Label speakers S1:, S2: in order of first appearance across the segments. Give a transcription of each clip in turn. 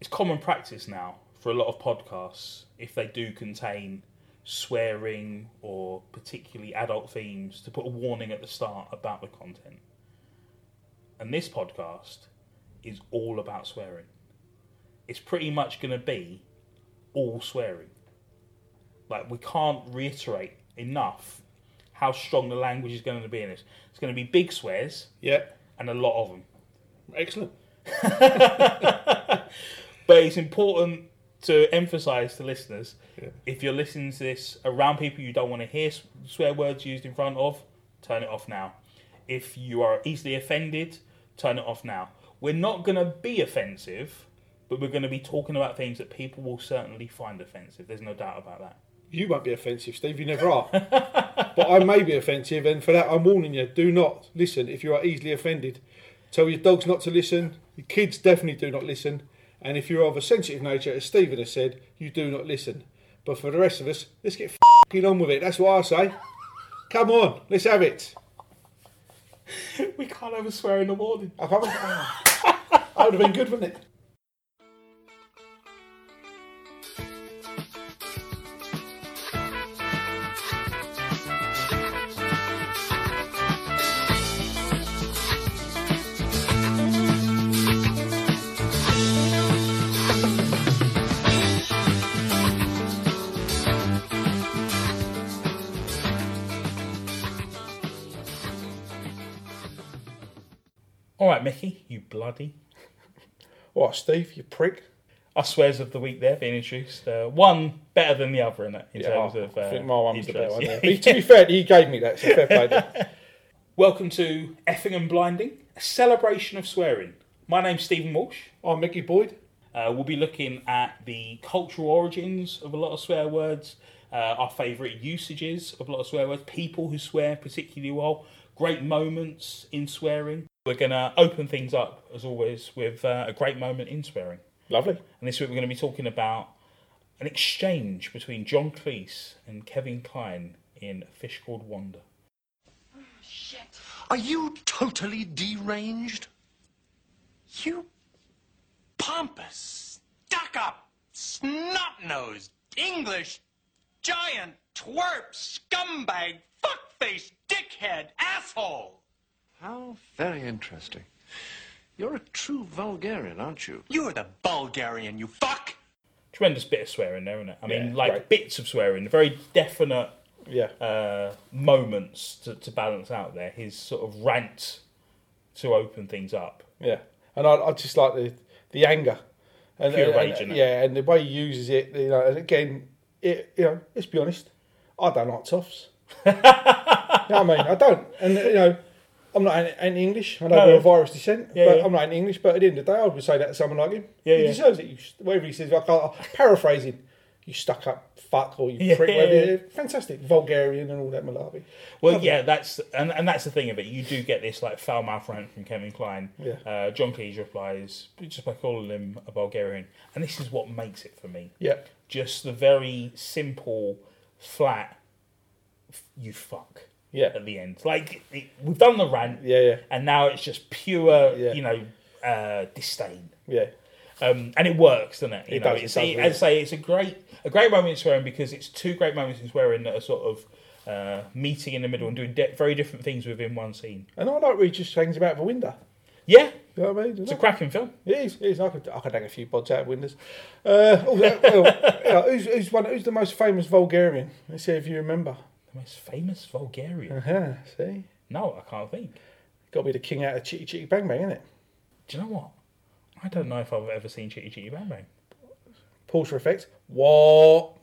S1: it's common practice now for a lot of podcasts if they do contain swearing or particularly adult themes to put a warning at the start about the content. And this podcast is all about swearing. It's pretty much going to be all swearing. Like, we can't reiterate enough how strong the language is going to be in this. It's going to be big swears
S2: Yeah.
S1: and a lot of them.
S2: Excellent.
S1: But it's important to emphasize to listeners
S2: Yeah.
S1: if you're listening to this around people you don't want to hear s- swear words used in front of, turn it off now. If you are easily offended, turn it off now. We're not going to be offensive, but we're going to be talking about things that people will certainly find offensive. There's no doubt about that.
S2: You won't be offensive, Steve. You never are. but I may be offensive, and for that, I'm warning you: do not listen if you are easily offended. Tell your dogs not to listen. Your kids definitely do not listen. And if you're of a sensitive nature, as Stephen has said, you do not listen. But for the rest of us, let's get fing on with it. That's what I say. Come on, let's have it.
S1: we can't have a swear in the morning.
S2: I can't- that would have been good, wouldn't it?
S1: All right, Mickey, you bloody.
S2: What, Steve? You prick.
S1: Our swears of the week there being introduced. Uh, one better than the other in it in terms
S2: Oh, I,
S1: of. Uh,
S2: think my one was the better
S1: intros.
S2: one.
S1: Yeah.
S2: yeah. To be fair, he gave me that. So fair play. there.
S1: Welcome to Effing and Blinding, a celebration of swearing. My name's Stephen Walsh.
S2: I'm Oh, Mickey Boyd.
S1: Uh, we'll be looking at the cultural origins of a lot of swear words, uh, our favourite usages of a lot of swear words, people who swear particularly well, great moments in swearing. We're going to open things up, as always, with uh, a great moment in swearing.
S2: Lovely.
S1: And this week we're going to be talking about an exchange between John Cleese and Kevin Kline in Fish Called Wanda.
S3: Are you totally deranged? You pompous, stuck up, snot nosed, English giant, twerp, scumbag, fuckface, dickhead, asshole!
S4: How very interesting. You're a true vulgarian, aren't you?
S3: You're the Bulgarian, you fuck!
S1: Tremendous bit of swearing there, isn't it? I mean,
S2: Yeah,
S1: like
S2: great.
S1: bits of swearing, very definite
S2: Yeah.
S1: uh, moments to, to balance out there. His sort of rant to open things up.
S2: Yeah, and I, I just like the the anger, and,
S1: Pure
S2: and-
S1: rage,
S2: and-
S1: innit?
S2: yeah, and the way he uses it, you know. And again, it, you know, let's be honest, I don't like toffs. you know what I mean, I don't, and you know, I'm not anti- anti-English. I know
S1: No.
S2: we're of Irish descent,
S1: Yeah,
S2: but
S1: yeah.
S2: I'm not anti-English. But at the end of the day, I would say that to someone like him.
S1: Yeah,
S2: he
S1: yeah.
S2: deserves it. You, st- whatever he says, I can't, paraphrasing. You stuck up fuck or you
S1: Yeah.
S2: prick, whatever. Fantastic, vulgarian and all that malarkey.
S1: Well, yeah, that's and, and that's the thing of it. You do get this like foul mouth rant from Kevin Klein.
S2: Yeah.
S1: Uh, John Cleese replies just by calling him a Bulgarian, and this is what makes it for me.
S2: Yeah,
S1: Just the very simple, flat, f- you fuck.
S2: Yeah.
S1: At the end, like it, we've done the rant.
S2: Yeah, yeah.
S1: And now it's just pure,
S2: Yeah.
S1: you know, uh, disdain.
S2: yeah,
S1: um, and it works, doesn't it? You
S2: It
S1: know,
S2: does, it
S1: it's,
S2: does,
S1: it-
S2: really.
S1: as I say, it's a great, a great moment in swearing because it's two great moments in swearing that are sort of uh, meeting in the middle and doing de- very different things within one scene.
S2: and I like where he just hangs about the window.
S1: Yeah,
S2: You know what I mean?
S1: it's a cracking film.
S2: It is. It is. I could, I could hang a few bods out of windows. Uh, oh, well, you know, who's, who's, one, who's the most famous Vulgarian? Let's see if you remember.
S1: The most famous Vulgarian.
S2: Uh-huh, see?
S1: No, I can't think.
S2: Got to be the king out of Chitty Chitty Bang Bang, isn't it?
S1: Do you know what? I don't know if I've ever seen Chitty Chitty Bang Bang.
S2: Pause for effect. What?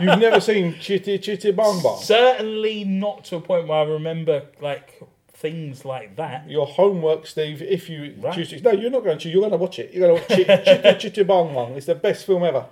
S2: never seen Chitty Chitty Bang Bang?
S1: Certainly not to a point where I remember like things like that.
S2: Your homework, Steve, if you
S1: Right.
S2: choose to. No, you're not going to. You're going to watch it. You're going to watch Chitty Chitty, Chitty Bang Bang. It's the best film ever.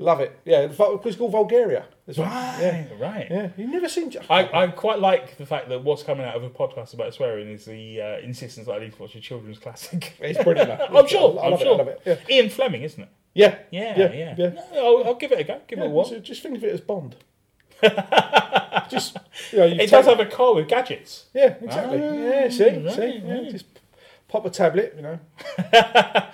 S2: Love it. Yeah, it's called Vulgaria. That's right. Yeah.
S1: right.
S2: Yeah, you've never seen.
S1: I, I quite like the fact that what's coming out of a podcast about swearing is the uh, insistence that I need to watch a children's classic.
S2: It's brilliant. man.
S1: I'm sure.
S2: I
S1: I'm
S2: love it.
S1: sure.
S2: I love it. Yeah.
S1: Ian Fleming, isn't it?
S2: Yeah,
S1: Yeah,
S2: yeah,
S1: yeah.
S2: yeah.
S1: No, I'll, I'll give it a go. Give it a
S2: Yeah,
S1: whirl.
S2: so just think of it as Bond. just you know, you
S1: It does have
S2: take-
S1: a car with gadgets.
S2: yeah, exactly.
S1: Ah,
S2: yeah, see,
S1: right,
S2: see, yeah,
S1: yeah.
S2: just pop a tablet, you know,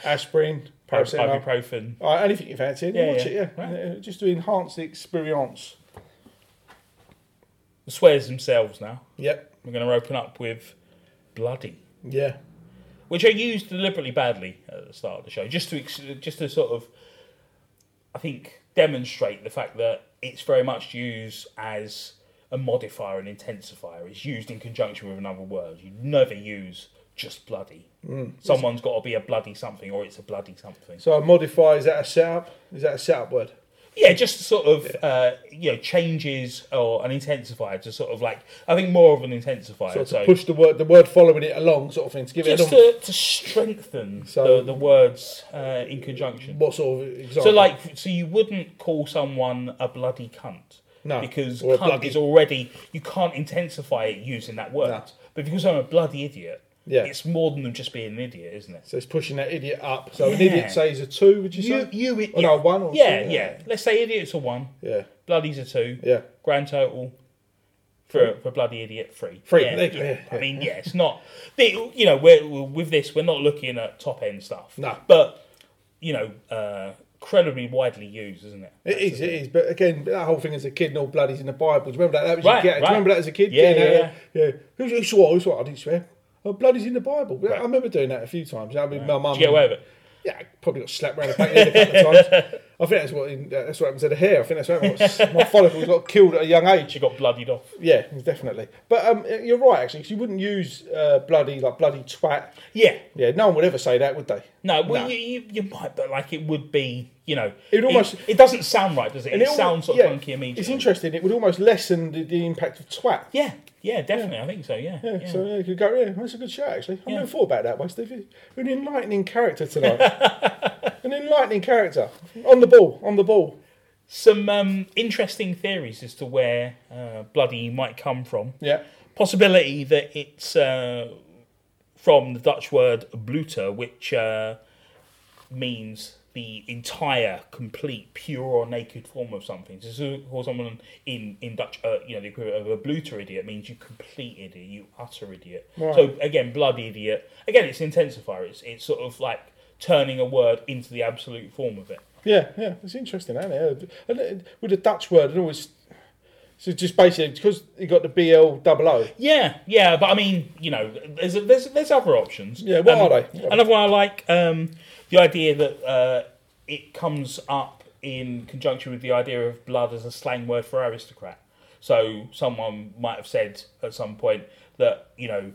S2: aspirin, paracetamol.
S1: ibuprofen.
S2: All right, anything you fancy, then
S1: Yeah,
S2: watch
S1: yeah.
S2: it, yeah. Uh, Just to enhance the experience.
S1: The swears themselves now.
S2: Yep.
S1: We're going to open up with bloody,
S2: Yeah.
S1: which I used deliberately badly at the start of the show, just to ex- just to sort of, I think, demonstrate the fact that it's very much used as a modifier and intensifier. It's used in conjunction with another word. You never use just bloody.
S2: Mm.
S1: Someone's got to be a bloody something, or it's a bloody something.
S2: So I modify, is that a setup? Is that a setup word?
S1: Yeah, just sort of uh, you know changes or an intensifier to sort of like I think more of an intensifier.
S2: So
S1: So,
S2: to push the word, the word following it along, sort of thing, to give it
S1: just
S2: a
S1: to, to strengthen
S2: So-
S1: the, the words uh, in conjunction.
S2: what sort of example?
S1: So like so you wouldn't call someone a bloody cunt.
S2: No,
S1: Because
S2: or a
S1: cunt
S2: bloody-
S1: is already you can't intensify it using that word.
S2: No.
S1: But because I'm a bloody idiot,
S2: Yeah.
S1: it's more than just being an idiot, isn't it?
S2: So it's pushing that idiot up. So an
S1: Yeah.
S2: idiot says a two, would you
S1: You,
S2: say?
S1: you,
S2: Oh, no, one or
S1: yeah,
S2: two,
S1: yeah,
S2: yeah.
S1: Let's say idiots are one,
S2: yeah.
S1: bloody's are two,
S2: Yeah.
S1: grand total for for bloody idiot free.
S2: Free,
S1: Yeah,
S2: there you go, yeah,
S1: I
S2: yeah.
S1: mean, yeah, it's not. They, you know, we're, we're- with this, we're not looking at top end stuff.
S2: No.
S1: but you know, uh, incredibly widely used, isn't it?
S2: It is, it is. But again, that whole thing as a kid and all bloodies in the Bible. Do you remember that? That was
S1: Right,
S2: your get. Do
S1: right.
S2: you remember that as a kid?
S1: Yeah,
S2: Getting
S1: yeah,
S2: out of- yeah. Who, who swore? Who swore? I didn't swear. Oh, bloodies in the Bible. Yeah,
S1: Right.
S2: I remember doing that a few times. I mean, my mum.
S1: Did you get away with it?
S2: Yeah, I probably got slapped around the back of the head a couple of times. I think that's what uh, that's what happened to the hair. I think that's what happened. My follicles got killed at a young age.
S1: She got bloodied off.
S2: Yeah, definitely. But um, you're right actually, 'cause you wouldn't use uh, bloody like bloody twat.
S1: Yeah.
S2: Yeah, no one would ever say that, would they?
S1: No, well,
S2: No.
S1: You, you you might, but like it would be, you know,
S2: It almost-
S1: it, doesn't sound right, does it? It,
S2: al-
S1: sounds sort
S2: yeah,
S1: of clunky immediately.
S2: It's interesting. It would almost lessen the, the impact of twat.
S1: Yeah, yeah, definitely. I think so. Yeah,
S2: Yeah,
S1: yeah.
S2: so yeah, you could go. Yeah, that's a good show actually. I
S1: Yeah.
S2: never thought about that way, Steve. You're an enlightening character tonight. an enlightening character on the ball, on the ball.
S1: Some um, interesting theories as to where uh, bloody might come from.
S2: Yeah,
S1: possibility that it's uh, from the Dutch word bloeter, which uh, means the entire, complete, pure or naked form of something. So, to call someone in in Dutch, uh, you know, the equivalent of a bloeter idiot means you complete idiot, you utter idiot.
S2: Right.
S1: So again, blood idiot. Again, it's intensifier. It's it's sort of like turning a word into the absolute form of it.
S2: yeah, yeah. It's interesting, isn't it? And it- with the Dutch word, it always. So just basically because you got the BL double O.
S1: Yeah, yeah, but I mean, you know, there's there's there's other options.
S2: Yeah, what
S1: Um,
S2: are they? What-
S1: Another one I like um, the idea that uh, it comes up in conjunction with the idea of blood as a slang word for aristocrat. So someone might have said at some point that you know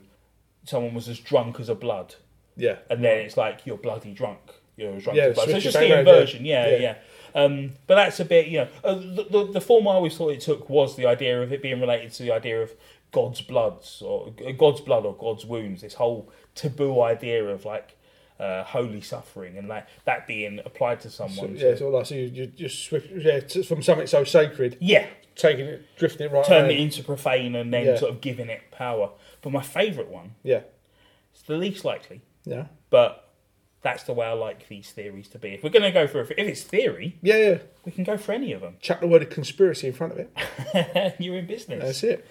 S1: someone was as drunk as a blood,
S2: Yeah.
S1: and then it's like you're bloody drunk. You're as drunk
S2: Yeah,
S1: as blood. So
S2: switch
S1: it's just
S2: it back
S1: the
S2: round, yeah.
S1: inversion. Yeah,
S2: Yeah.
S1: yeah. Um, but that's a bit, you know, uh, the, the the form I always thought it took was the idea of it being related to the idea of God's bloods or uh, God's blood or God's wounds. This whole taboo idea of like uh, holy suffering and like that being applied to someone.
S2: Yeah, so like so you, you just swift, yeah, t- from something so sacred,
S1: yeah.
S2: taking it, drifting it right.
S1: Turn
S2: around.
S1: it into profane and then
S2: Yeah.
S1: sort of giving it power. But my favourite one,
S2: Yeah,
S1: it's the least likely,
S2: yeah,
S1: but that's the way I like these theories to be. If we're going to go for, if it's theory,
S2: yeah, yeah.
S1: we can go for any of them.
S2: Chuck the word of conspiracy in front of it.
S1: You're in business.
S2: That's it.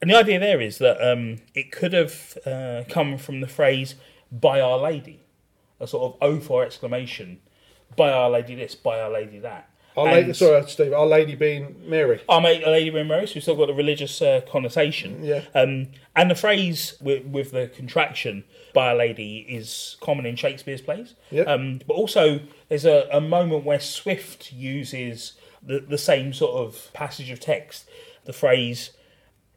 S1: And the idea there is that um, it could have uh, come from the phrase "by Our Lady," a sort of oath or exclamation, "by Our Lady this, by Our Lady that."
S2: Our
S1: And-
S2: lady, sorry, Steve. Our lady being Mary.
S1: Our mate, Our Lady Mary Mary, so we've still got the religious uh, connotation.
S2: Yeah.
S1: Um, and the phrase with, with the contraction "by Our Lady" is common in Shakespeare's plays.
S2: Yeah.
S1: Um, but also, there's a, a moment where Swift uses the, the same sort of passage of text, the phrase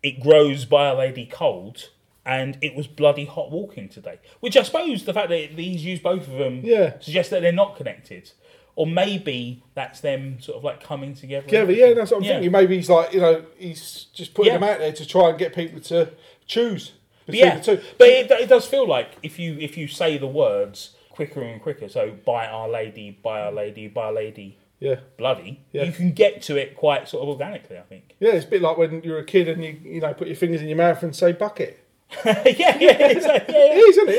S1: it grows by a lady cold and it was bloody hot walking today which i suppose the fact that he's used both of them
S2: Yeah.
S1: suggests that they're not connected or maybe that's them sort of like coming together
S2: Yeah, but yeah, that's what I'm
S1: Yeah.
S2: thinking. Maybe he's like, you know, he's just putting
S1: Yeah.
S2: them out there to try and get people to choose
S1: But
S2: between
S1: yeah
S2: the two.
S1: but it, it does feel like if you if you say the words quicker and quicker so by our lady by our lady by our lady
S2: yeah,
S1: bloody
S2: Yeah.
S1: you can get to it quite sort of organically i think
S2: yeah, it's a bit like when you're a kid and you, you know, put your fingers in your mouth and say bucket.
S1: yeah yeah, exactly, yeah,
S2: It is, isn't it?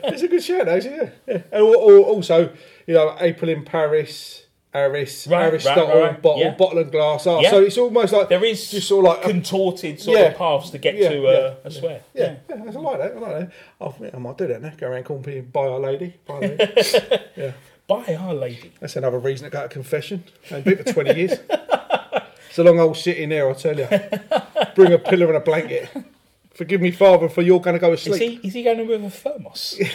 S2: Yeah, it's a good shout, actually. Yeah, yeah. and al- al- also, you know, April in Paris. Aris,
S1: Right, right,
S2: Aristotle,
S1: right,
S2: bottle,
S1: yeah.
S2: bottle and glass art.
S1: Yeah.
S2: So it's almost like
S1: There is
S2: just sort of like a-
S1: contorted sort
S2: Yeah.
S1: of paths to get
S2: Yeah,
S1: to uh,
S2: yeah,
S1: a swear.
S2: yeah, yeah. I like that. I like that. I, think I might do that now. Go around calling people by our lady. By our lady.
S1: By Our Lady.
S2: That's another reason I got a confession. I've been for 20 years. It's a long old shit in there, I tell you. Bring a pillow and a blanket. Forgive me, Father, for you're going to go to
S1: Is
S2: sleep.
S1: he, is he going with a thermos?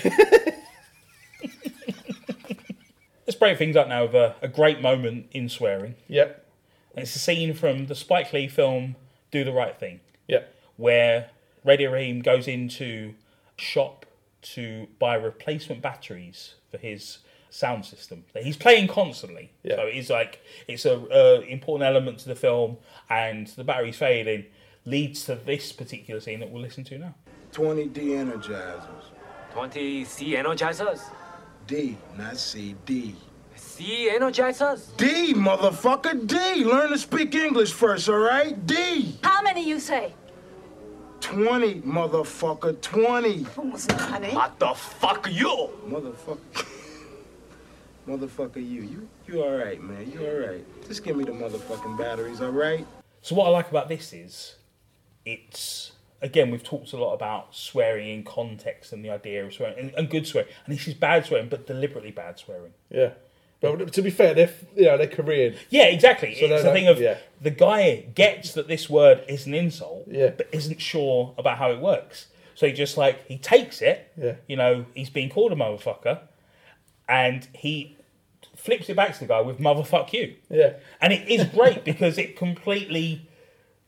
S1: Let's break things up now with a, a great moment in swearing.
S2: Yep,
S1: It's a scene from the Spike Lee film Do the Right Thing,
S2: yep,
S1: where Radio Raheem goes into a shop to buy replacement batteries for his sound system that he's playing constantly.
S2: Yeah.
S1: So it's like it's a uh, important element to the film, and the batteries failing leads to this particular scene that we'll listen to now.
S5: 20 de-energizers.
S6: 20 C energizers.
S5: D, not C, D.
S6: C energizers.
S5: D, motherfucker, D. Learn to speak English first, all right? D.
S7: How many you say?
S5: 20, motherfucker, 20.
S3: What the fuck, you?
S5: Motherfucker. motherfucker, you. You, you all right, man. You all right. Just give me the motherfucking batteries, all right?
S1: So what I like about this is, it's again we've talked a lot about swearing in context and the idea of swearing and, and good swearing, and this is bad swearing, but deliberately bad swearing.
S2: yeah. But to be fair, they're, you know, they're careered.
S1: Yeah, exactly. it's
S2: So they
S1: a
S2: don't-
S1: thing of
S2: yeah.
S1: the guy gets that this word is an insult,
S2: Yeah.
S1: but isn't sure about how it works. So he just like he takes it.
S2: Yeah.
S1: You know, he's being called a motherfucker, and he flips it back to the guy with motherfuck you.
S2: Yeah.
S1: And it is great because it completely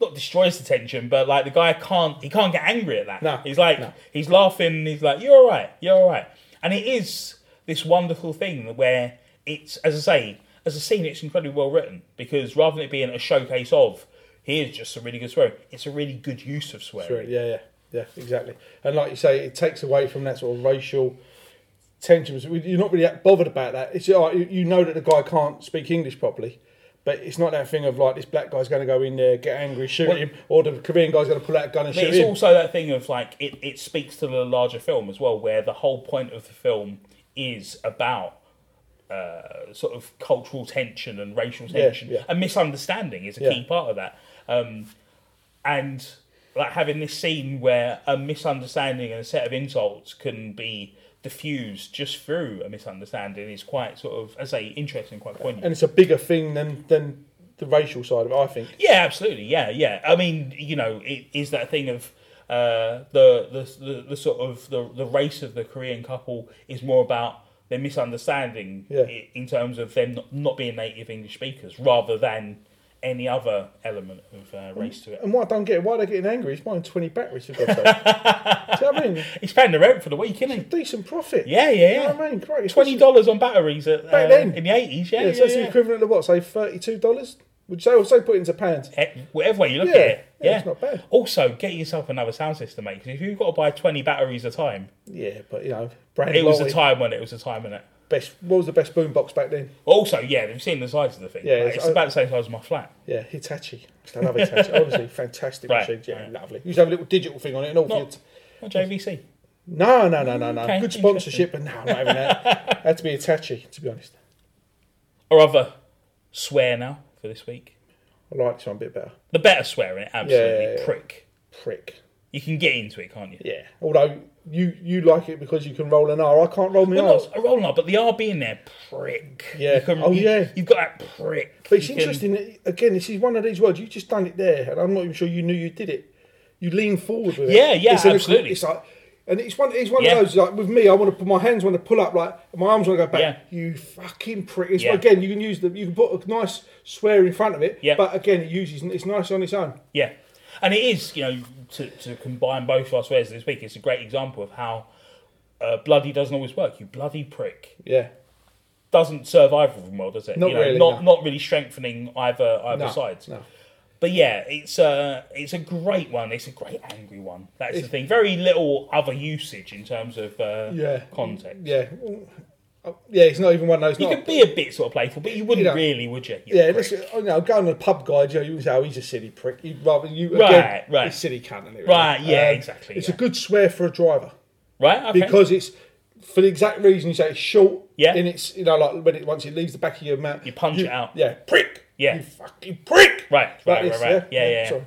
S1: not destroys the tension, but like the guy can't he can't get angry at that.
S2: No,
S1: He's like
S2: no.
S1: he's laughing and he's like, You're alright, you're alright. And it is this wonderful thing where it's as I say, as a scene it's incredibly well written because rather than it being a showcase of here's just a really good swearing, it's a really good use of swearing.
S2: Correct, Yeah, yeah, yeah, exactly. And like you say, it takes away from that sort of racial tensions. You're not really that bothered about that. It's all right, you you know that the guy can't speak English properly, but it's not that thing of like this black guy's going to go in there, get angry, shoot
S1: Well-
S2: him, or the Korean guy's going to pull out a gun and
S1: But
S2: shoot
S1: it's
S2: him.
S1: also that thing of like it, it speaks to the larger film as well, where the whole point of the film is about uh, sort of cultural tension and racial tension.
S2: yeah.
S1: And misunderstanding is a
S2: Yeah.
S1: key part of that. Um, and like having this scene where a misunderstanding and a set of insults can be diffused just through a misunderstanding is quite sort of, as I say, interesting, quite poignant.
S2: and it's a bigger thing than than the racial side of it. I think.
S1: Yeah, absolutely. Yeah, yeah. I mean, you know, it is that thing of uh, the, the the the sort of the the race of the Korean couple is more about their misunderstanding
S2: Yeah.
S1: i- in terms of them not, not being native English speakers, rather than any other element of uh,
S2: Um,
S1: race to it.
S2: And what I don't get, why they're getting angry? He's buying twenty batteries for God's sake. Do you know what I mean?
S1: He's paying the rent for the week, isn't he?
S2: Decent profit.
S1: Yeah,
S2: You
S1: yeah,
S2: know what I
S1: yeah.
S2: mean? Great.
S1: Twenty dollars on batteries at,
S2: Back
S1: uh,
S2: then.
S1: in the eighties. Yeah,
S2: Yeah,
S1: yeah,
S2: so it's the
S1: yeah.
S2: equivalent of what? Say thirty-two dollars. Would you say? Or say put it into pounds.
S1: Eh, Whatever way you look
S2: Yeah,
S1: at it,
S2: yeah,
S1: yeah.
S2: it's not bad.
S1: Also, get yourself another sound system, mate. Because if you've got to buy twenty batteries a time,
S2: Yeah, but you know, brand
S1: it was a
S2: loyalty.
S1: time when it was a time when it.
S2: Best. What was the best boombox back then?
S1: Also, yeah, they've seen the size of the thing.
S2: Yeah,
S1: Like,
S2: it's-
S1: it's, about the same size as my flat.
S2: Yeah, Hitachi. I love Hitachi. Honestly, fantastic
S1: Right,
S2: machines. Yeah,
S1: right.
S2: lovely. You used to have a little digital thing on it and all. for
S1: Not-
S2: your t-
S1: Not JVC.
S2: No, no, no, no, no.
S1: Okay,
S2: Good sponsorship, but no, I'm not having that. Had to be Hitachi, to be honest.
S1: Or other swear now for this week.
S2: I like this one a bit better.
S1: The better swear in it, absolutely.
S2: Yeah, yeah, yeah.
S1: Prick.
S2: Prick.
S1: You can get into it, can't you?
S2: Yeah. Although you you like it because you can roll an R. I can't roll my
S1: Well,
S2: R's.
S1: not a roll but the RB in there, prick.
S2: Yeah.
S1: You can,
S2: Oh,
S1: you,
S2: yeah.
S1: You've got that prick.
S2: But it's
S1: You can-
S2: interesting that, again, this is one of these words. You just done it there, and I'm not even sure you knew you did it. You lean forward with it.
S1: Yeah, yeah,
S2: an-
S1: absolutely.
S2: it's like, and it's one. It's one
S1: Yeah.
S2: of those. Like with me, I want to put my hands want to pull up, like my arms want to go back.
S1: Yeah.
S2: You fucking prick. It's,
S1: Yeah.
S2: Again, you can use the. You can put a nice swear in front of it.
S1: Yeah.
S2: But again, it uses. It's nice on its own.
S1: Yeah, and it is you know to, to combine both our swears this week. It's a great example of how uh, bloody doesn't always work. You bloody prick
S2: Yeah.
S1: doesn't serve either of them well, does it?
S2: Not
S1: you know,
S2: really,
S1: Not
S2: no.
S1: not really strengthening either either
S2: No,
S1: sides.
S2: no.
S1: But yeah, it's a it's a great one. It's a great angry one. That's the thing. Very little other usage in terms of uh,
S2: Yeah.
S1: context.
S2: Yeah. Oh, Yeah. It's not even one of those.
S1: You
S2: not-
S1: could be a bit sort of playful, but you wouldn't
S2: You know,
S1: really, would you? You
S2: Yeah,
S1: prick.
S2: listen, oh, you know, going to the pub guy, you know, you would say, oh, he's a silly prick. You'd rather you
S1: Right,
S2: again,
S1: right.
S2: He's silly cunt, isn't he,
S1: Right, yeah, exactly,
S2: Um, It's
S1: yeah.
S2: a good swear for a driver
S1: right? Okay.
S2: because it's for the exact reason you say it's short.
S1: Yeah.
S2: And it's you know like when it once it leaves the back of your mouth,
S1: You punch it out.
S2: Yeah, prick.
S1: Yeah.
S2: you fucking prick.
S1: Right,
S2: Like
S1: right,
S2: this,
S1: right, right. Yeah, yeah.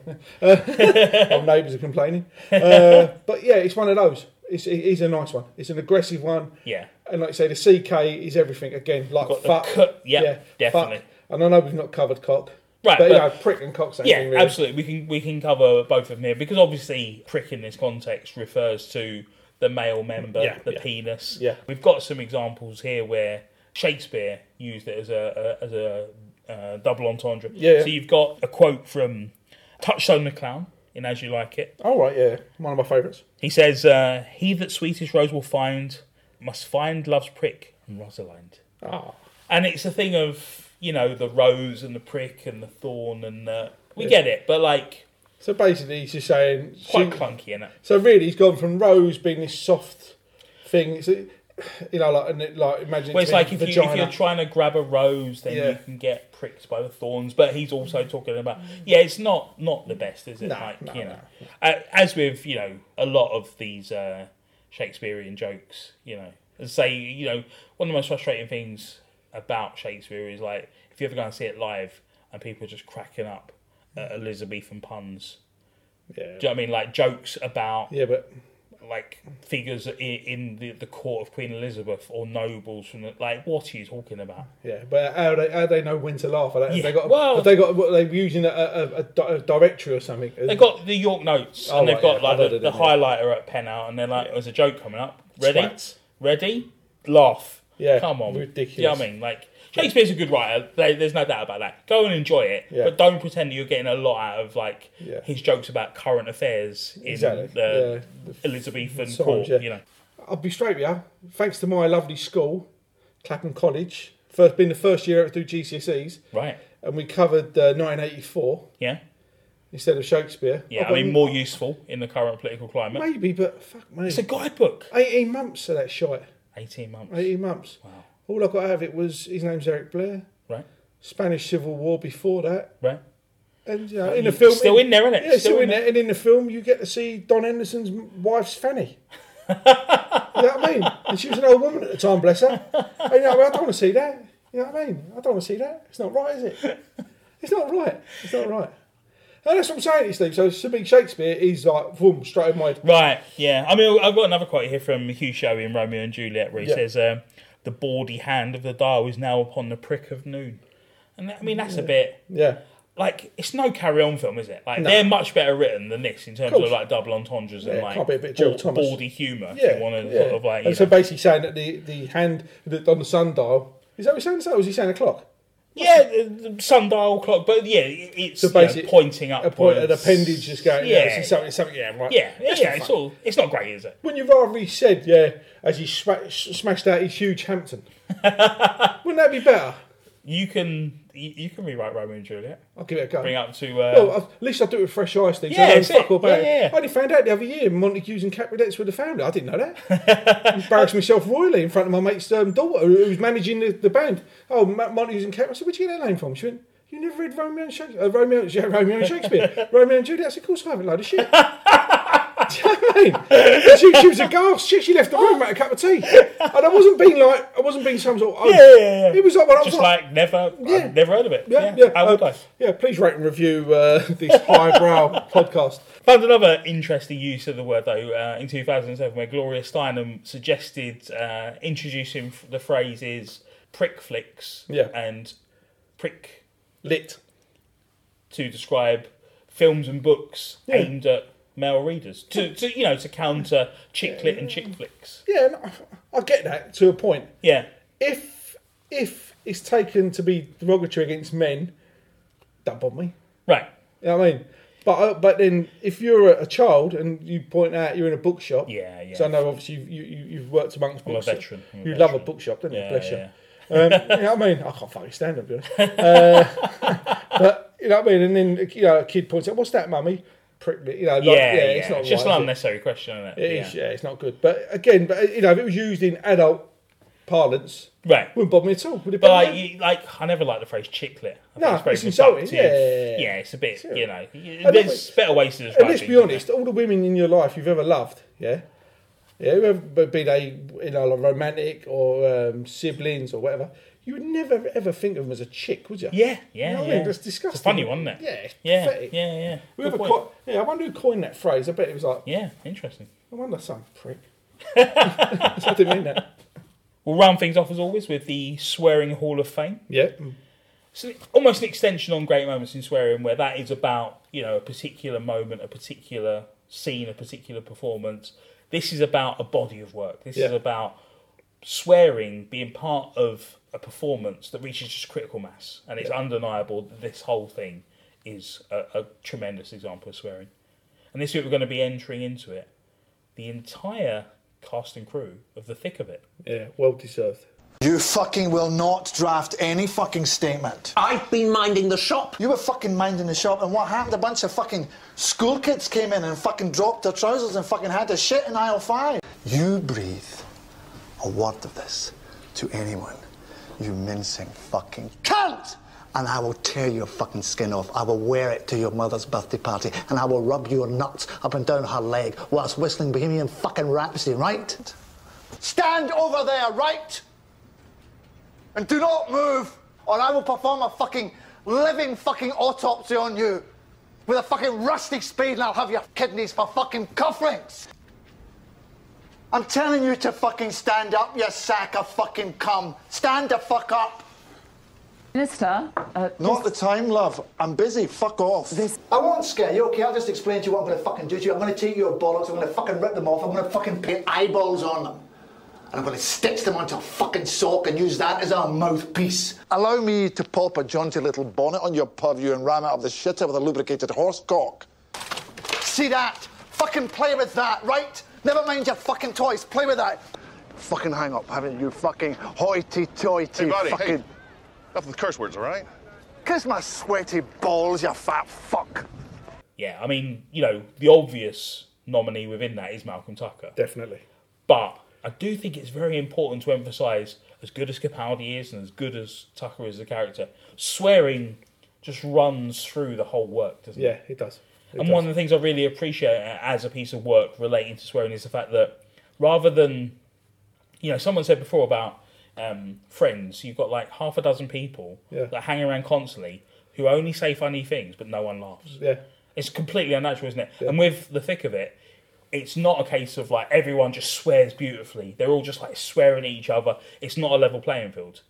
S1: yeah.
S2: Sorry. Our neighbours are complaining, uh, but yeah, it's one of those. It's it is a nice one. It's an aggressive one.
S1: Yeah.
S2: And like you say, the CK is everything again. Like
S1: Got the
S2: fuck.
S1: cu- yeah, definitely.
S2: Fuck. And I know we've not covered cock.
S1: Right,
S2: But, you know,
S1: but-
S2: prick and cock.
S1: Yeah, absolutely. We can we can cover both of them here because obviously prick in this context refers to the male member,
S2: Yeah,
S1: the
S2: yeah.
S1: penis.
S2: Yeah.
S1: we've got some examples here where Shakespeare used it as a, a as a uh, double entendre.
S2: Yeah, yeah.
S1: So you've got a quote from Touchstone the Clown in As You Like It.
S2: All Oh, right. Yeah. One of my favourites.
S1: He says, uh, "He that sweetest rose will find must find love's prick and Rosalind."
S2: Ah.
S1: And it's a thing of you know the rose and the prick and the thorn and the we get it, but like.
S2: So basically, he's just saying.
S1: Quite
S2: she-
S1: clunky in it.
S2: So really, he's gone from Rose being this soft thing. It's, you know, like and it, like imagine.
S1: Well, it's
S2: being
S1: like if, you, if
S2: vagina.
S1: you're trying to grab a rose, then
S2: Yeah.
S1: you can get pricked by the thorns. But he's also talking about yeah, it's not not the best, is it?
S2: No,
S1: like
S2: no,
S1: you know, Uh, as with you know a lot of these uh, Shakespearean jokes, you know, as I say you know one of the most frustrating things about Shakespeare is like if you ever go and see it live and people are just cracking up at Elizabethan puns.
S2: Yeah.
S1: Do you know what I mean? Like jokes about
S2: Yeah, but
S1: like figures in, in the, the court of Queen Elizabeth or nobles from the, like what are you talking about?
S2: yeah, but how they how they know when to laugh? Have
S1: Yeah,
S2: they got?
S1: well-
S2: have they got? What they were using a, a, a, di- a directory or something?
S1: They got the York notes
S2: Oh,
S1: and they've
S2: right,
S1: got
S2: yeah,
S1: like
S2: I know
S1: the,
S2: they
S1: the
S2: did, yeah.
S1: highlighter at pen out and they're like, there's a joke coming up. Ready,
S2: Twats.
S1: ready, laugh.
S2: Yeah,
S1: come on,
S2: ridiculous.
S1: You know what I mean? Like Shakespeare's a good writer. There- There's no doubt about that. Go and enjoy it,
S2: Yeah.
S1: but don't pretend that you're getting a lot out of like
S2: Yeah.
S1: his jokes about current affairs in
S2: Exactly,
S1: the
S2: yeah.
S1: Elizabethan
S2: Times,
S1: court.
S2: yeah.
S1: You know,
S2: I'll be straight with you. Thanks to my lovely school, Clapham College, first being the first year I ever do GCSEs,
S1: right?
S2: and we covered uh, 1984
S1: Yeah,
S2: instead of Shakespeare.
S1: yeah.
S2: I've
S1: I
S2: got
S1: mean, more useful in the current political climate.
S2: maybe, but fuck me,
S1: It's a guidebook.
S2: 18 months of that shite.
S1: 18 months.
S2: 18 months.
S1: Wow.
S2: All I got out of it was his name's Eric Blair.
S1: Right,
S2: Spanish Civil War before that,
S1: right.
S2: and you know, in
S1: you-
S2: the film,
S1: still in there, innit?
S2: Yeah, still,
S1: Still
S2: in
S1: in
S2: there. And in the film, you get to see Don Henderson's m- wife's Fanny. you know what I mean? And she was an old woman at the time, bless her. And, you know, I, mean, I don't want to see that. You know what I mean? I don't want to see that. It's not right, is it? It's not right. It's not right. And that's what I'm saying, to you, Steve. So, Sir Big Shakespeare is like, boom, straight in my head.
S1: Right, yeah. I mean, I've got another quote here from Hugh Shelley in Romeo and Juliet where he
S2: Yeah.
S1: says, um, The bawdy hand of the dial is now upon the prick of noon. And that, I mean, that's a bit.
S2: Yeah.
S1: Like, it's no carry on film, is it? Like,
S2: No.
S1: they're much better written than this in terms of,
S2: course.
S1: like, double entendres and,
S2: Yeah,
S1: like,
S2: can't be a bit Joe Thomas.
S1: bawdy humour.
S2: Yeah.
S1: If you want to
S2: yeah.
S1: sort of, like, you
S2: and so
S1: know.
S2: basically saying that the, the hand that on the sundial, is that what he's saying? So, was he saying a clock?
S1: yeah, the- the sundial clock, but yeah, it- it's
S2: So
S1: you know,
S2: basic-
S1: pointing up.
S2: A point, an appendage just going, yeah,
S1: Yeah.
S2: it's something, something, yeah, right.
S1: Yeah, yeah,
S2: That's
S1: yeah,
S2: not
S1: it's
S2: fun.
S1: all. It's not great, is it?
S2: Wouldn't you rather he said, yeah, as he sma- sh- smashed out his huge Hampton? Wouldn't that be better?
S1: You can you, you can rewrite Romeo and Juliet.
S2: I'll give it a go.
S1: Bring up to uh,
S2: Well, at least I do it with fresh eyes, Steve. so
S1: Yeah,
S2: I don't
S1: that's it.
S2: fuck all about
S1: Yeah,
S2: it.
S1: yeah, yeah.
S2: I only found out the other year Montagues and Capulets were the family. I didn't know that. Embarrassed myself royally in front of my mate's um, daughter who who was managing the, the band. Oh, Ma- Montagues and Capulets. I said, where'd you get that name from? She went, you never read Romeo and Shakespeare? Uh, Romeo, yeah, Romeo and Shakespeare. Romeo and Juliet. I said, of course I haven't. Load of shit. Do you know what I mean? She, she was aghast. She, she left the room at a cup of tea, and I wasn't being like I wasn't being some sort. of...
S1: Yeah, yeah, yeah.
S2: It was like when I was
S1: just like never,
S2: Yeah.
S1: I've never heard of it.
S2: yeah, yeah.
S1: I would
S2: uh,
S1: go.
S2: yeah, please rate and review uh, this highbrow podcast.
S1: Found another interesting use of the word though uh, in 2007, where Gloria Steinem suggested uh, introducing f- the phrases "prick flicks"
S2: Yeah.
S1: and "prick"
S2: Lit.
S1: to describe films and books
S2: Yeah.
S1: aimed at male readers to, to you know to counter chick lit and chick flicks.
S2: Yeah, and I, I get that to a point.
S1: Yeah,
S2: If if it's taken to be derogatory against men, don't bother me.
S1: right.
S2: You know what I mean? But uh, but then if you're a, a child and you point out you're in a bookshop,
S1: Yeah, yeah.
S2: So I know obviously you've, you you- you've worked amongst
S1: a
S2: books.
S1: veteran. I'm a
S2: you love a
S1: veteran.
S2: bookshop, don't you?
S1: Yeah,
S2: Bless
S1: yeah.
S2: you. Um, you know what I mean? I can't fucking stand it, to be honest. Uh, but you know what I mean? And then you know, a kid points out, "What's that, mummy?" Prick me. You know, like,
S1: yeah,
S2: yeah,
S1: yeah,
S2: it's not
S1: just an
S2: right, is it?
S1: unnecessary question, isn't it?
S2: It
S1: yeah.
S2: is, yeah. it's not good. But again, but you know, if it was used in adult parlance,
S1: Right.
S2: wouldn't bother me at all. Would it
S1: But
S2: bother
S1: like,
S2: you?
S1: you, like, I never like the phrase chicklet. I
S2: No,
S1: think very
S2: it's insulting,
S1: reductive.
S2: yeah.
S1: yeah, it's a bit, you know,
S2: And
S1: there's better ways to describe
S2: And let's be
S1: things,
S2: honest, all the women in your life you've ever loved, yeah, Yeah, whoever- but be they you know like romantic or um, siblings or whatever, you would never ever think of them as a chick, would you?
S1: Yeah, yeah,
S2: No,
S1: yeah.
S2: that's
S1: It's
S2: disgusting.
S1: a funny one, isn't it?
S2: Yeah, it's
S1: yeah,
S2: pathetic.
S1: yeah, yeah. Good
S2: Whoever
S1: point.
S2: co- yeah, I wonder who coined that phrase. I bet it was like,
S1: Yeah, interesting.
S2: I wonder some prick. I didn't mean that.
S1: We'll round things off as always with the Swearing Hall of Fame.
S2: Yeah, mm,
S1: So almost an extension on Great Moments in Swearing, where that is about you know a particular moment, a particular scene, a particular performance. This is about a body of work. This is
S2: Yeah.
S1: about swearing being part of a performance that reaches just critical mass, and it's undeniable that this whole thing is a, a tremendous example of swearing. And this week we're going to be entering into it, the entire cast and crew of the thick of it.
S2: yeah, well deserved.
S7: You fucking will not draft any fucking statement.
S8: I've been minding the shop.
S7: You were fucking minding the shop, and what happened? A bunch of fucking school kids came in and fucking dropped their trousers and fucking had their shit in aisle five. You breathe a word of this to anyone, you mincing fucking cunt! And I will tear your fucking skin off. I will wear it to your mother's birthday party, and I will rub your nuts up and down her leg whilst whistling Bohemian fucking Rhapsody, right? Stand over there, right? And do not move, or I will perform a fucking living fucking autopsy on you with a fucking rusty spade and I'll have your kidneys for fucking cufflinks. I'm telling you to fucking stand up, you sack of fucking cum. Stand the fuck up.
S9: Minister, uh,
S7: Not the time, love. I'm busy. Fuck off. I won't scare you, okay? I'll just explain to you what I'm gonna fucking do to you. I'm gonna take your bollocks, I'm gonna fucking rip them off, I'm gonna fucking paint eyeballs on them. And I'm gonna stitch them onto a fucking sock and use that as our mouthpiece. Allow me to pop a jaunty little bonnet on your purview and ram it up the shitter with a lubricated horse cock. See that? Fucking play with that, right? Never mind your fucking toys, play with that. Fucking hang up, haven't you? Fucking hoity-toity,
S4: Hey, buddy, hey.
S7: fucking...
S4: Enough with curse words, all right?
S7: Kiss my sweaty balls, you fat fuck.
S1: Yeah, I mean you know the obvious nominee within that is Malcolm Tucker.
S2: Definitely.
S1: But I do think it's very important to emphasise, as good as Capaldi is and as good as Tucker is as a character, swearing just runs through the whole work, doesn't it?
S2: Yeah, it does. It
S1: And
S2: does.
S1: one of the things I really appreciate as a piece of work relating to swearing is the fact that rather than, you know, someone said before about um, friends, you've got like half a dozen people
S2: Yeah.
S1: that hang around constantly who only say funny things but no one laughs.
S2: Yeah.
S1: It's completely unnatural, isn't it? And with the thick of it, it's not a case of like everyone just swears beautifully. They're all just like swearing at each other. It's not a level playing field.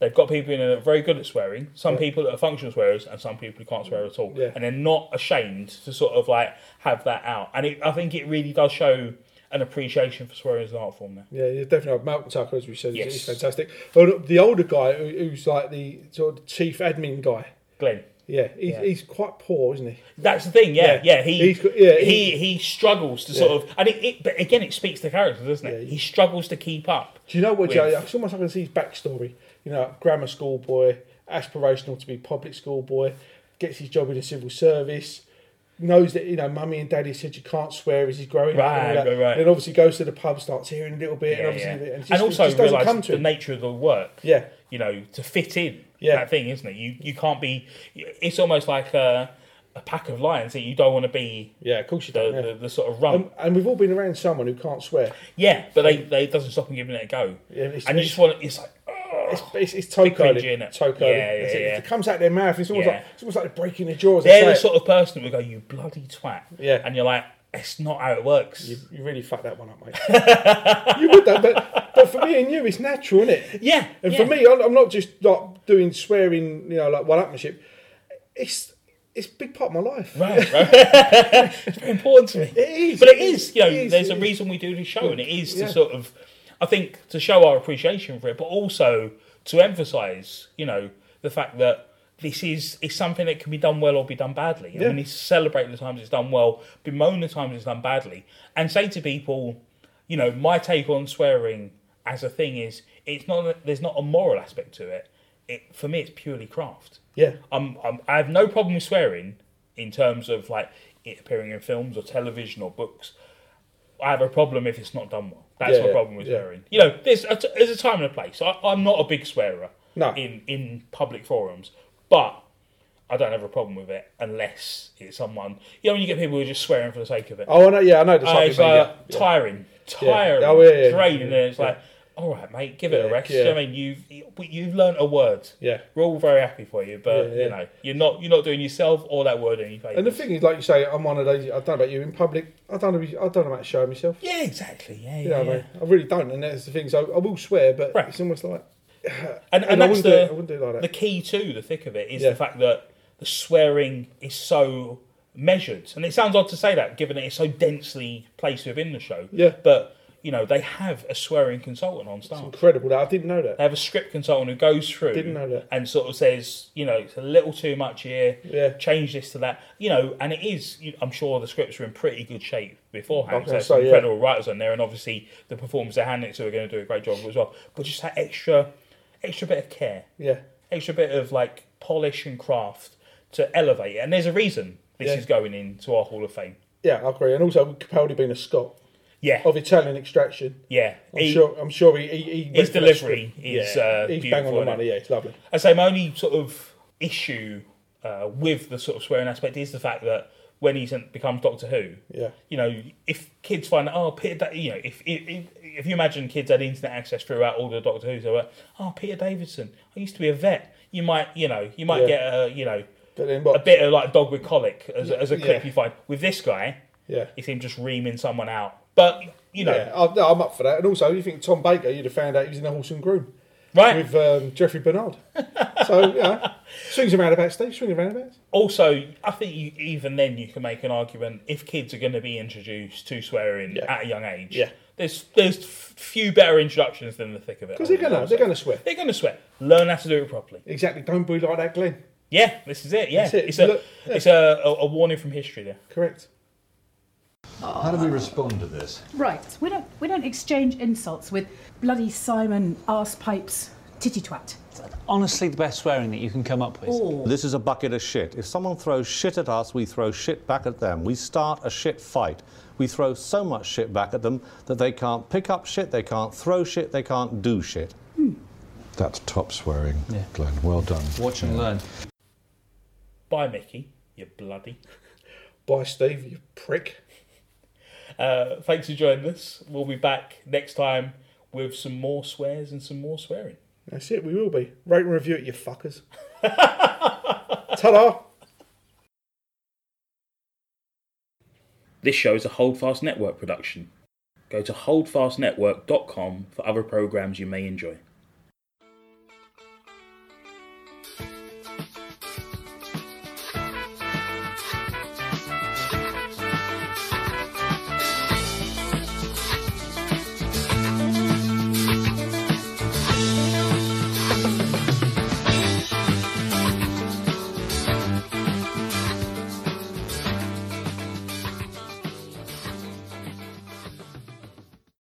S1: They've got people in there that are very good at swearing, some people that are functional swearers, and some people who can't swear at all.
S2: Yeah.
S1: And they're not ashamed to sort of like have that out. And it, I think it really does show an appreciation for swearing as an art form there.
S2: Yeah, yeah, definitely. Malcolm Tucker, as we said,
S1: Yes.
S2: is is fantastic. Oh, the older guy, who- who's like the sort of chief admin guy,
S1: Glenn.
S2: yeah, he's,
S1: Yeah.
S2: he's quite poor, isn't he?
S1: That's the thing, yeah,
S2: Yeah.
S1: yeah. he,
S2: He's got- yeah,
S1: he,
S2: he-
S1: he struggles to sort of, and it, it, but again, it speaks to character, doesn't it?
S2: Yeah.
S1: He struggles to keep up.
S2: Do you know what,
S1: with-
S2: Joe? It's almost like I can see his backstory. You know, grammar school boy, aspirational to be public school boy, gets his job in the civil service, knows that, you know, mummy and daddy said you can't swear as he's growing up. and all
S1: Right,
S2: that.
S1: right, right.
S2: Then obviously goes to the pub, starts hearing a little bit, and
S1: Yeah,
S2: obviously,
S1: yeah.
S2: and,
S1: and,
S2: it just, it
S1: also
S2: just doesn't come
S1: realise
S2: to
S1: the
S2: him.
S1: nature of the work.
S2: Yeah.
S1: you know, to fit in.
S2: Yeah.
S1: that thing, isn't it? You you can't be. It's almost like a, a pack of lions that you don't want to be.
S2: Yeah, of course you
S1: The,
S2: don't. yeah. Um,
S1: the, the sort of rump.
S2: and, and we've all been around someone who can't swear.
S1: yeah, but they, they it doesn't stop them giving it a go.
S2: um, Yeah, it's-
S1: and you just want to, it's like ugh.
S2: It's, it's, it's toe
S1: Big cringy,
S2: curling.
S1: innit?
S2: Toe curling.
S1: Oh, Yeah, yeah,
S2: That's it.
S1: yeah.
S2: If it comes out their mouth, it's almost,
S1: Yeah.
S2: like, it's almost like they're breaking their jaws.
S1: they're the
S2: That's
S1: sort
S2: it.
S1: of person that would go, "You bloody twat!"
S2: Yeah.
S1: and you're like, "It's not how it works."
S2: You really fucked that one up, mate. you would, though, but, but for me and you, it's natural, isn't it?
S1: yeah,
S2: And
S1: yeah.
S2: for me, I'm, I'm not just like doing swearing, you know, like one-upmanship. It's it's a big part of my life.
S1: Right, right. it's very important to me. It
S2: is,
S1: but it
S2: it is,
S1: is. You know,
S2: it is,
S1: there's
S2: it
S1: a
S2: is.
S1: reason we do this show, and it is to
S2: Yeah.
S1: sort of, I think, to show our appreciation for it, but also to emphasise, you know, the fact that this is is something that can be done well or be done badly. And
S2: Yeah.
S1: we need to celebrate the times it's done well, bemoan the times it's done badly, and say to people, you know, my take on swearing as a thing is it's not there's not a moral aspect to it. It for me, it's purely craft.
S2: Yeah.
S1: I'm, I'm, I have no problem with swearing in terms of like it appearing in films or television or books. I have a problem if it's not done well. That's
S2: Yeah,
S1: my
S2: yeah,
S1: problem with
S2: yeah.
S1: swearing. You know, there's a, t- there's a time and a place. I, I'm not a big swearer
S2: No.
S1: in in public forums, but I don't have a problem with it unless it's someone. You know, when you get people who are just swearing for the sake of it.
S2: Oh, I know. Yeah, I know. The
S1: Uh,
S2: type
S1: it's
S2: of thing,
S1: uh,
S2: yeah.
S1: tiring. tiring,
S2: Oh, yeah, yeah,
S1: draining,
S2: yeah,
S1: and it's like, all right, mate, give it
S2: Yeah,
S1: a rest.
S2: yeah.
S1: You know what I mean, you've but you've learnt a word.
S2: Yeah.
S1: we're all very happy for you, but
S2: Yeah, yeah.
S1: you know, you're not you're not doing yourself or that word any favours.
S2: And the thing is, like you say, I'm one of those. I don't know about you in public. I don't. know I don't know about showing myself.
S1: yeah, exactly, yeah,
S2: You
S1: yeah.
S2: know what I
S1: yeah.
S2: mean? I really don't. And that's the thing. So I will swear, but
S1: Right.
S2: it's almost like
S1: And,
S2: And
S1: and
S2: I
S1: that's
S2: wouldn't do it-
S1: the
S2: I wouldn't do it like that.
S1: the key to the thick of it is
S2: Yeah.
S1: the fact that the swearing is so measured, and it sounds odd to say that given that it's so densely placed within the show.
S2: Yeah.
S1: but you know they have a swearing consultant on staff.
S2: incredible that I didn't know that.
S1: They have a script consultant who goes through
S2: Didn't know that.
S1: and sort of says, you know, it's a little too much here.
S2: Yeah.
S1: Change this to that. You know, and it is. you- I'm sure the scripts are in pretty good shape beforehand.
S2: Okay,
S1: So there's
S2: so,
S1: some
S2: yeah.
S1: incredible writers on there, and obviously the performers they're handing it to are going to do a great job as well. But just that extra, extra bit of care,
S2: Yeah,
S1: extra bit of like polish and craft to elevate it. And there's a reason this
S2: Yeah.
S1: is going into our Hall of Fame.
S2: yeah, I agree. And also Capaldi being a Scot
S1: Yeah,
S2: of Italian extraction.
S1: yeah.
S2: I'm
S1: He-
S2: sure. I'm sure he. he, he
S1: His
S2: went for that
S1: delivery
S2: script.
S1: is
S2: Yeah.
S1: uh,
S2: he's bang
S1: beautiful,
S2: on the
S1: isn't it?
S2: money. Yeah, it's lovely.
S1: I say my only sort of issue uh, with the sort of swearing aspect is the fact that when he becomes Doctor Who,
S2: Yeah.
S1: you know, if kids find out, oh, Peter, da-, you know, if, if if you imagine kids had internet access throughout all the Doctor Who's, they're like, oh, Peter Davidson, I used to be a vet. You might, you know, you might
S2: Yeah.
S1: get a, you know,
S2: But then what?
S1: a bit of like dog with colic as, as a clip
S2: Yeah.
S1: you find with this guy.
S2: Yeah.
S1: it's him just reaming someone out, but you know,
S2: Yeah, I, no, I'm up for that. And also, you think Tom Baker? You'd have found out he was in a horse and groom
S1: right?
S2: with um, Jeffrey Bernard. so yeah, swings and roundabouts, Steve. Swings and roundabouts.
S1: Also, I think you, even then you can make an argument if kids are going to be introduced to swearing
S2: Yeah.
S1: at a young age.
S2: Yeah.
S1: There's there's f- few better introductions than the thick of it.
S2: Because they're gonna, they're gonna swear.
S1: they're going to swear. Learn how to do it properly.
S2: Exactly. Don't be like that, Glenn.
S1: Yeah, this is it. Yeah,
S2: That's it.
S1: it's a
S2: Look-
S1: it's a, a, a warning from history there.
S2: Correct.
S8: How do we respond to this?
S9: Right. We don't we don't exchange insults with bloody Simon arse pipes titty twat.
S10: Honestly, the best swearing that you can come up with.
S8: This is a bucket of shit. If someone throws shit at us, we throw shit back at them. We start a shit fight. We throw so much shit back at them that they can't pick up shit, they can't throw shit, they can't do shit. That's top swearing, Glenn. Well done.
S10: Watch and learn.
S1: Bye, Mickey. You bloody.
S2: Bye, Steve. You prick.
S1: Uh, thanks for joining us. We'll be back next time with some more swears and some more swearing.
S2: That's it. We will be rate and review it, you fuckers. Ta-da!
S1: This show is a Holdfast Network production. Go to holdfastnetwork.com for other programs you may enjoy.